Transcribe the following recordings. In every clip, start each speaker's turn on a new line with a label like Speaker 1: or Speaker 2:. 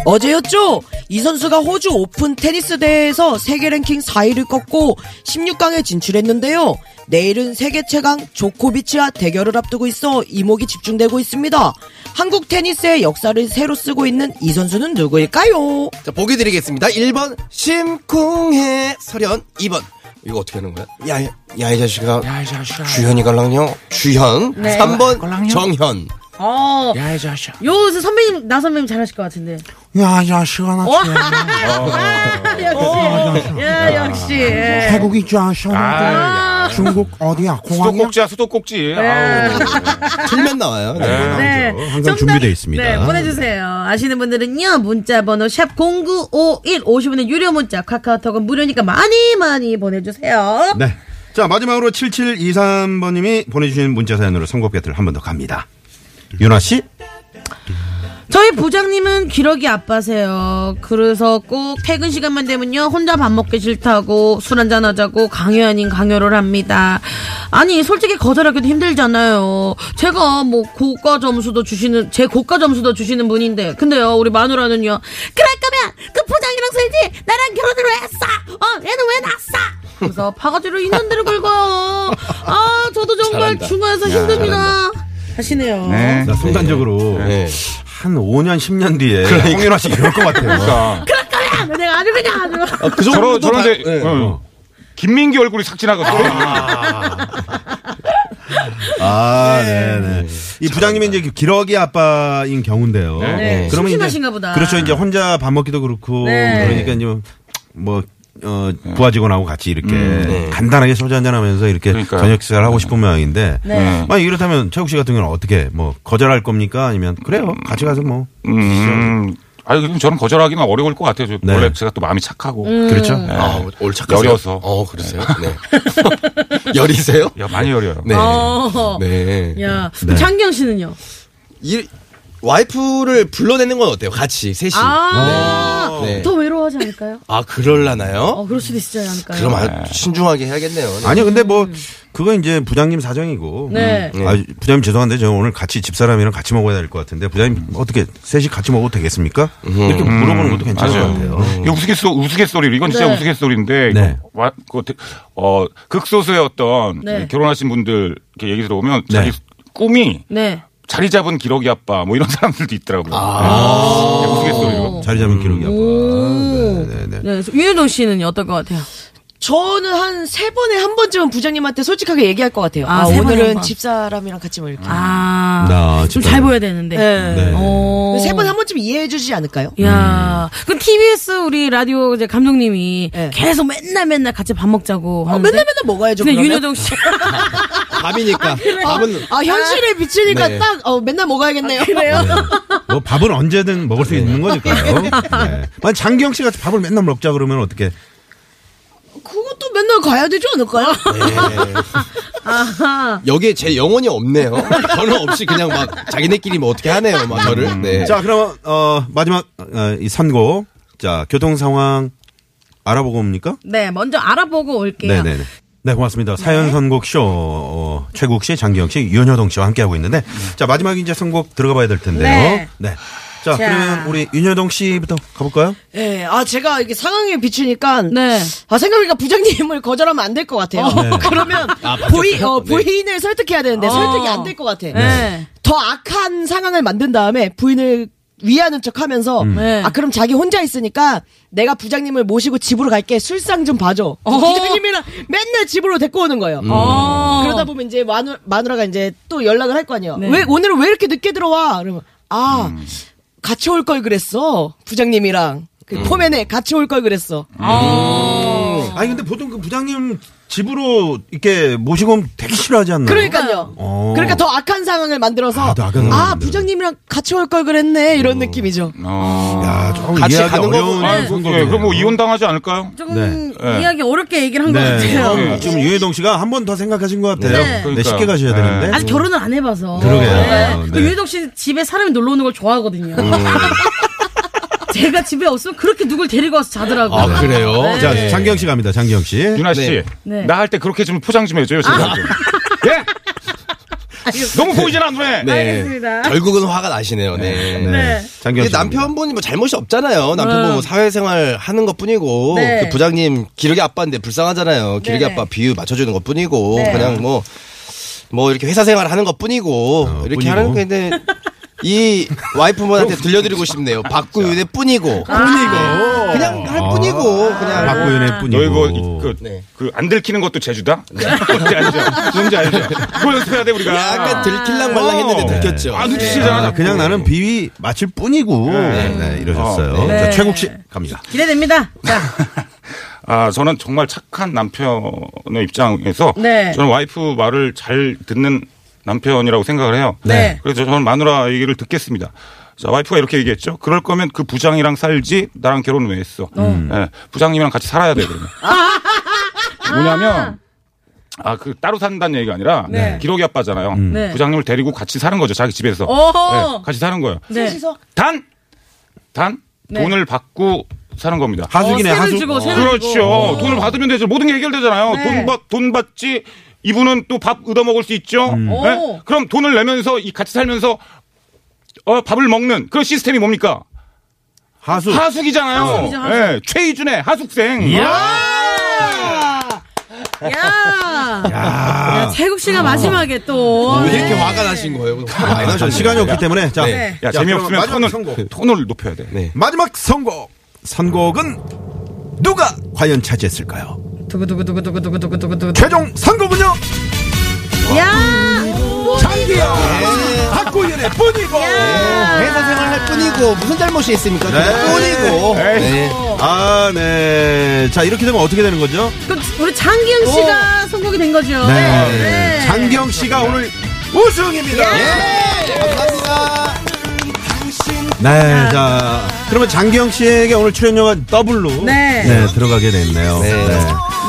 Speaker 1: 어제였죠? 이 선수가 호주 오픈 테니스 대회에서 세계 랭킹 4위를 꺾고 16강에 진출했는데요. 내일은 세계 최강 조코비치와 대결을 앞두고 있어 이목이 집중되고 있습니다. 한국 테니스의 역사를 새로 쓰고 있는 이 선수는 누구일까요?
Speaker 2: 자, 보기 드리겠습니다. 1번, 심쿵해, 설현. 2번. 이거 어떻게 하는 거야? 야, 야, 야, 이 자식아.
Speaker 3: 이 자식아.
Speaker 2: 주현이 갈랑요? 주현.
Speaker 4: 네.
Speaker 2: 3번,
Speaker 3: 갈랑요?
Speaker 2: 정현.
Speaker 4: 어.
Speaker 3: 야, 이 자식아.
Speaker 4: 요 선배님 나 선배님 잘하실 것 같은데.
Speaker 3: 야, 이 자식아,
Speaker 1: 어?
Speaker 3: 나
Speaker 4: 와.
Speaker 3: 지금
Speaker 5: 어.
Speaker 4: 역시. 야 역시. 예.
Speaker 5: 아, 뭐
Speaker 3: 태국 있지 않았어?
Speaker 4: 아,
Speaker 3: 중국 어디야? 공항이야?
Speaker 6: 수도꼭지야 수도꼭지.
Speaker 4: 예.
Speaker 2: 틀면 나와요. 네.
Speaker 4: 네.
Speaker 5: 항상
Speaker 4: 정답-
Speaker 5: 준비되어 있습니다.
Speaker 4: 네, 보내주세요. 아시는 분들은요, 문자번호 샵0951 50원의 유료 문자, 카카오톡은 무료니까 많이 많이 보내주세요.
Speaker 5: 네. 자, 마지막으로 7723번님이 보내주신 문자 사연으로 선곡 배틀 한 번 더 갑니다. 윤아 씨?
Speaker 4: 저희 부장님은 기러기 아빠세요. 그래서 꼭 퇴근 시간만 되면요. 혼자 밥 먹기 싫다고 술 한잔 하자고 강요 아닌 강요를 합니다. 아니, 솔직히 거절하기도 힘들잖아요. 제가 뭐 고가 점수도 주시는, 제 고가 점수도 주시는 분인데. 근데요, 우리 마누라는요. 그럴 거면 그 부장이랑 살지! 나랑 결혼을 왜 했어! 어, 얘는 왜 낳았어! 그래서 바가지로 인연대로 긁어요. 아, 저도 정말
Speaker 2: 잘한다.
Speaker 4: 중간에서
Speaker 2: 야,
Speaker 4: 힘듭니다.
Speaker 2: 잘한다.
Speaker 4: 하시네요.
Speaker 3: 네.
Speaker 5: 나 순간적으로
Speaker 2: 네.
Speaker 5: 한 5년, 10년 뒤에 홍윤아 씨 이럴 것 같아요.
Speaker 4: 그럴 거면! 내가 아주 그냥 아주.
Speaker 2: 그 정도도
Speaker 6: 저런 저런데
Speaker 2: 다- 네.
Speaker 6: 어. 김민기 얼굴이 싹 지나갔어.
Speaker 5: 아, 네, 네. 이 부장님이 이제 기러기 아빠인 경우인데요.
Speaker 6: 네.
Speaker 5: 어, 그러면 이제
Speaker 4: 심심하신가 보다.
Speaker 5: 그렇죠. 이제 혼자 밥 먹기도 그렇고
Speaker 4: 네.
Speaker 5: 그러니까 이제 뭐 어, 부하 직원하고 같이 이렇게 간단하게 소주 한잔 하면서 이렇게
Speaker 6: 음, 네. 그러니까요.
Speaker 5: 저녁 식사를 하고 싶은 모양인데
Speaker 4: 네.
Speaker 5: 만약 이렇다면 최국 씨 같은 경우는 어떻게 뭐 거절할 겁니까? 아니면 그래요. 같이 가서 뭐
Speaker 6: 음. 아니 그럼 저는 거절하기는 어려울 것 같아요. 저
Speaker 5: 네.
Speaker 6: 원래 제가 또 마음이 착하고
Speaker 5: 그렇죠.
Speaker 6: 네.
Speaker 2: 아, 올 착하세요.
Speaker 6: 여려서.
Speaker 2: 어, 그러세요? 네. 열이세요?
Speaker 6: 야, 많이 어려요.
Speaker 2: 네.
Speaker 4: 어.
Speaker 2: 네.
Speaker 4: 야,
Speaker 5: 네.
Speaker 4: 장경 씨는요?
Speaker 2: 이, 와이프를 불러내는 건 어때요? 같이, 셋이.
Speaker 4: 아,
Speaker 2: 네.
Speaker 4: 더 외로워하지 않을까요?
Speaker 2: 아, 그럴라나요?
Speaker 4: 어, 그럴 수도 있지 않을까요?
Speaker 2: 그럼 아,
Speaker 6: 네.
Speaker 2: 신중하게 해야겠네요. 네.
Speaker 5: 아니 근데 뭐 그거 이제 부장님 사정이고.
Speaker 4: 네.
Speaker 5: 아, 부장님 죄송한데 저 오늘 같이 집사람이랑 같이 먹어야 될 것 같은데 부장님 어떻게 셋이 같이 먹어도 되겠습니까? 이렇게 물어보는 것도 괜찮을 것
Speaker 6: 음. 맞아요. 음.
Speaker 5: 같아요.
Speaker 6: 이거 우스갯소, 우스갯소리로, 이건 진짜
Speaker 4: 네.
Speaker 6: 우스갯소리인데,
Speaker 5: 네.
Speaker 6: 이거 와, 그거 되- 어, 극소수의 어떤
Speaker 4: 네.
Speaker 6: 결혼하신 분들 이렇게 얘기 들어보면
Speaker 5: 네.
Speaker 6: 자기 꿈이
Speaker 4: 네.
Speaker 6: 자리 잡은 기러기 아빠 뭐 이런 사람들도 있더라고요. 네, 우스갯소리로.
Speaker 5: 자리 잡은 기록이 아빠.
Speaker 4: 네.
Speaker 5: 네네네.
Speaker 4: 유현동 씨는 어떨 것 같아요?
Speaker 1: 저는 한 세 번에 한 번쯤은 부장님한테 솔직하게 얘기할 것 같아요.
Speaker 4: 아,
Speaker 1: 아,
Speaker 4: 세 번에 한
Speaker 1: 오늘은
Speaker 4: 번.
Speaker 1: 집사람이랑 같이 뭐 이렇게.
Speaker 4: 아,
Speaker 5: 나
Speaker 4: 좀
Speaker 5: 진짜.
Speaker 4: 잘 보여야 되는데.
Speaker 1: 네.
Speaker 5: 네. 음.
Speaker 4: 어.
Speaker 1: 세 번 한 번쯤 이해해 주지 않을까요?
Speaker 4: 음. 야, 그럼 TBS 우리 라디오 이제 감독님이
Speaker 1: 네.
Speaker 4: 계속 맨날 맨날 같이 밥 먹자고
Speaker 1: 어,
Speaker 4: 하는데.
Speaker 1: 맨날 맨날 먹어야죠.
Speaker 4: 근데
Speaker 1: 그러면.
Speaker 4: 윤여동 씨.
Speaker 2: 밥이니까. 밥은.
Speaker 1: 아, 현실에 비치니까
Speaker 2: 네.
Speaker 1: 딱, 어, 맨날 먹어야겠네요.
Speaker 4: 아, 그래요?
Speaker 5: 뭐 밥은 언제든 먹을 수 있는 거니까요. 네. 만약 장기영 씨 같이 밥을 맨날 먹자 그러면 어떻게?
Speaker 1: 그것도 맨날 가야 되지 않을까요?
Speaker 4: 어.
Speaker 2: 여기에 제 영혼이 없네요. 저는 없이 그냥 막 자기네끼리 뭐 어떻게 하네요, 막 저를. 네.
Speaker 5: 음. 자, 그러면 어 마지막 어, 이 선고. 자, 교통 상황 알아보고 옵니까?
Speaker 4: 네, 먼저 알아보고 올게요.
Speaker 5: 네네네. 네, 고맙습니다. 사연 선곡 쇼 어, 최국 씨, 장기영 씨, 윤여동 씨와 함께 하고 있는데 자 마지막 이제 선곡 들어가 봐야 될 텐데요.
Speaker 4: 네.
Speaker 5: 자,
Speaker 4: 자.
Speaker 5: 그러면 우리 윤여동 씨부터 가볼까요?
Speaker 1: 예, 아, 제가 이게 상황에 비추니까.
Speaker 4: 네. 어.
Speaker 1: 아, 생각해보니까 부장님을 거절하면 안 될 것 같아요. 그러면, 부인, 어, 부인을 설득해야 되는데,
Speaker 4: 아, 네. 어.
Speaker 1: 설득이 안 될 것 같아.
Speaker 4: 네.
Speaker 1: 더 악한 상황을 만든 다음에, 부인을 위하는 척 하면서
Speaker 4: 네.
Speaker 1: 아 그럼 자기 혼자 있으니까 내가 부장님을 모시고 집으로 갈게 술상 좀 봐줘 부장님이랑 맨날 집으로 데리고 오는 거예요
Speaker 4: 어.
Speaker 1: 그러다 보면 이제 마누, 마누라가 이제 또 연락을 할 거 아니에요
Speaker 4: 네. 음.
Speaker 1: 왜 오늘은 왜 이렇게 늦게 들어와 그러면 아 같이 올 걸 그랬어 부장님이랑 그 포맨에 같이 올 걸 그랬어
Speaker 5: 아니 근데 보통 그 부장님 집으로 이렇게 모시고 오면 되게 싫어하지 않나요?
Speaker 1: 그러니까요.
Speaker 5: 어.
Speaker 1: 그러니까 더 악한 상황을 만들어서
Speaker 5: 아,
Speaker 1: 아,
Speaker 5: 더 악한 상황을 만들어.
Speaker 1: 부장님이랑 같이 올 걸 그랬네 이런 느낌이죠.
Speaker 6: 어.
Speaker 5: 야, 조금
Speaker 2: 같이
Speaker 5: 이해하기
Speaker 2: 가는 거구나.
Speaker 5: 어려운
Speaker 6: 아, 그,
Speaker 5: 성격이네요.
Speaker 6: 예, 그럼 뭐 이혼 당하지 않을까요?
Speaker 4: 좀
Speaker 5: 네.
Speaker 4: 이야기 어렵게 얘기를 한 것
Speaker 5: 네.
Speaker 4: 같아요.
Speaker 5: 어, 지금 유해동 씨가 한 번 더 생각하신 것 같아요.
Speaker 4: 네.
Speaker 5: 네.
Speaker 6: 그러니까요.
Speaker 5: 쉽게 가셔야
Speaker 6: 네.
Speaker 5: 되는데.
Speaker 4: 아직 결혼을 안 해봐서.
Speaker 5: 그러게요. 네.
Speaker 4: 그 유해덕 씨 집에 사람이 놀러 오는 걸 좋아하거든요. 제가 집에 없으면 그렇게 누굴 데리고 와서 자더라고. 요
Speaker 2: 아, 그래요?
Speaker 5: 네.
Speaker 2: 네.
Speaker 5: 자, 장경 씨 갑니다. 장경 씨.
Speaker 6: 유나 씨,
Speaker 4: 네.
Speaker 6: 나 할 때 그렇게 좀 포장 좀 해줘요, 제발 좀. 예? 너무 보이잖아 눈에.
Speaker 5: 네.
Speaker 2: 네.
Speaker 4: 알겠습니다.
Speaker 2: 결국은 화가 나시네요. 네.
Speaker 4: 네.
Speaker 5: 장경
Speaker 2: 이게
Speaker 5: 씨.
Speaker 2: 남편분이 뭐 잘못이 없잖아요. 남편분 뭐 사회생활 하는 것 뿐이고
Speaker 4: 음. 네.
Speaker 2: 그 부장님 기르기 아빠인데 불쌍하잖아요. 기르기
Speaker 4: 네네.
Speaker 2: 아빠 비유 맞춰주는 것 뿐이고
Speaker 4: 네.
Speaker 2: 그냥 뭐 뭐 이렇게 회사 생활 하는 것 뿐이고
Speaker 5: 어,
Speaker 2: 이렇게
Speaker 5: 뿐이고.
Speaker 2: 하는 건데 이 와이프분한테 들려드리고 싶네요. 박구윤의
Speaker 5: 뿐이고.
Speaker 2: 뿐이고 그냥
Speaker 5: 아.
Speaker 2: 할 뿐이고 그냥
Speaker 5: 박구윤의 뿐이고.
Speaker 6: 너 이거 이- 그,
Speaker 2: 네.
Speaker 6: 그 안 들키는 것도 제주다. 뭔지 알죠? 뭔지 알죠? 그거 연습해야 돼 우리가.
Speaker 2: 약간 들킬랑 말랑 했는데
Speaker 6: 어.
Speaker 2: 들켰죠.
Speaker 6: 아,
Speaker 5: 아,
Speaker 6: 눈치채잖아. 자꾸.
Speaker 5: 그냥 나는 비위 맞힐 뿐이고. 네,
Speaker 6: 네.
Speaker 5: 이러셨어요.
Speaker 6: 어,
Speaker 4: 네.
Speaker 5: 자, 최국 씨 갑니다.
Speaker 4: 기대됩니다. 자,
Speaker 6: 아, 저는 정말 착한 남편의 입장에서
Speaker 4: 네.
Speaker 6: 저는 와이프 말을 잘 듣는 남편이라고 생각을 해요.
Speaker 4: 네.
Speaker 6: 그래서 저는 마누라 얘기를 듣겠습니다. 자, 와이프가 이렇게 얘기했죠. 그럴 거면 그 부장이랑 살지 나랑 결혼 왜 했어? 예, 부장님이랑 같이 살아야 돼 그러면. 뭐냐면 아, 그 따로 산다는 얘기가 아니라
Speaker 4: 네.
Speaker 6: 기록이 아빠잖아요.
Speaker 4: 네.
Speaker 6: 부장님을 데리고 같이 사는 거죠. 자기 집에서.
Speaker 4: 오!
Speaker 6: 예, 같이 사는 거예요.
Speaker 4: 어. 네.
Speaker 6: 단, 단
Speaker 4: 네.
Speaker 6: 돈을 받고 사는 겁니다.
Speaker 5: 하숙이네,
Speaker 4: 어, 세를
Speaker 5: 하숙.
Speaker 4: 주고, 세를 주고.
Speaker 6: 그렇죠. 돈을 받으면 되죠. 모든 게 해결되잖아요.
Speaker 4: 네.
Speaker 6: 돈, 받, 돈 받지. 이분은 또 밥 얻어 먹을 수 있죠.
Speaker 5: 음.
Speaker 6: 네?
Speaker 4: 오.
Speaker 6: 그럼 돈을 내면서 이 같이 살면서 어, 밥을 먹는 그런 시스템이 뭡니까?
Speaker 5: 하숙.
Speaker 6: 하숙이잖아요.
Speaker 4: 하숙이죠, 하숙.
Speaker 6: 예, 최희준의 하숙생.
Speaker 4: 야. 야, 최국 씨가 마지막에 또.
Speaker 2: 왜
Speaker 4: 네.
Speaker 2: 이렇게 화가 나신 거예요? 화가 어, 아, 많이
Speaker 5: 자,
Speaker 2: 나셨네요.
Speaker 5: 아, 시간이 없기 때문에. 자,
Speaker 2: 네.
Speaker 6: 야,
Speaker 5: 자, 그러면
Speaker 6: 재미없으면
Speaker 5: 마지막
Speaker 6: 톤을,
Speaker 5: 선곡.
Speaker 6: 톤을 높여야 돼.
Speaker 2: 네.
Speaker 5: 마지막 선곡. 선곡은 누가 과연 차지했을까요?
Speaker 4: 두구두구두구두구두구두구두구.
Speaker 5: 최종 선곡은요?
Speaker 4: 야!
Speaker 5: 장기영!
Speaker 2: 아, 네.
Speaker 5: 박구윤의 뿐이고!
Speaker 2: 회사 생활할 뿐이고 무슨 잘못이 있습니까? 뿐이고. 네.
Speaker 5: 네. 아, 네. 자, 이렇게 되면 어떻게 되는 거죠?
Speaker 4: 그, 우리 장기영 씨가 선곡이 된 거죠. 네.
Speaker 5: 장경 씨가 오늘 우승입니다.
Speaker 2: 감사합니다.
Speaker 5: 네, 자 그러면 장기영 씨에게 오늘 출연료가 더블로
Speaker 4: 네.
Speaker 5: 들어가게 됐네요. 네. 네.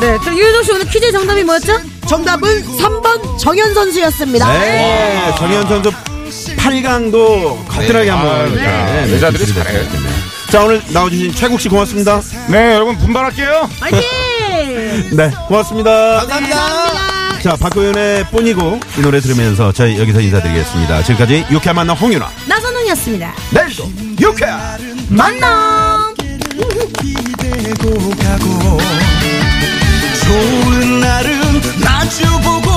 Speaker 4: 네. 그럼 유효정 씨 오늘 퀴즈 정답이 뭐였죠?
Speaker 1: 정답은 3번 정현 선수였습니다.
Speaker 5: 네.
Speaker 4: 네.
Speaker 5: 정현 선수 8강도 거뜬하게 한번
Speaker 6: 네. 아, 여자들이 잘해.
Speaker 5: 자 오늘 나와주신 최국 씨 고맙습니다.
Speaker 6: 네, 여러분 분발할게요.
Speaker 4: 화이팅!
Speaker 5: 네, 고맙습니다.
Speaker 2: 감사합니다.
Speaker 5: 자 박구윤의 뿐이고 이 노래 들으면서 저희 여기서 인사드리겠습니다. 지금까지 유쾌한 만남 홍윤아
Speaker 4: 나선홍이었습니다.
Speaker 5: 내일도 유쾌한
Speaker 4: 만남!
Speaker 7: 기대고 가고 좋은 날은 낮춰보고